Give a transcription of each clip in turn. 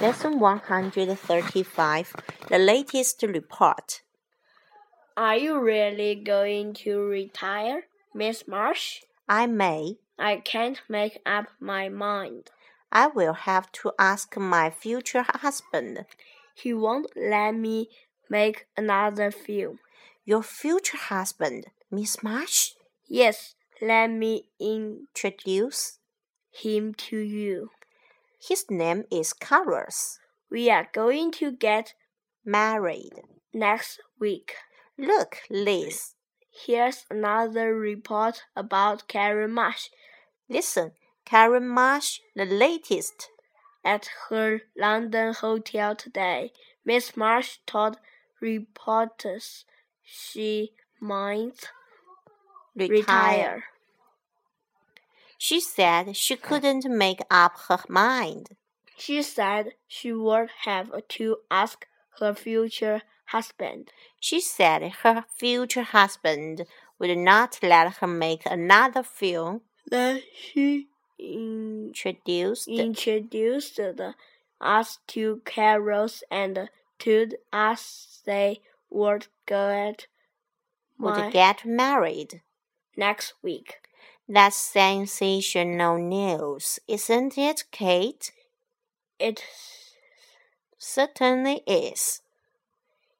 Lesson 135 The latest report. Are you really going to retire, Miss Marsh? I may. I can't make up my mind. I will have to ask my future husband. He won't let me make another film. Your future husband, Miss Marsh, Yes, let me introduce introduce. him to you. His name is Carlos. We are going to get Married. next week. Look, Liz. Here's another report about Karen Marsh. Listen, Karen Marsh, the latest. At her London hotel today, Miss Marsh told reporters she might retire. She said she couldn't make up her mind. She said she would have to ask her future husband. She said her future husband would not let her make another film Then she in- introduced. introduced us to Carlos and told us they would get would my- get married. next week. That's sensational news, isn't it, Kate? It's Certainly is.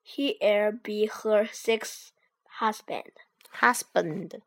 he'll be her sixth husband. Husband.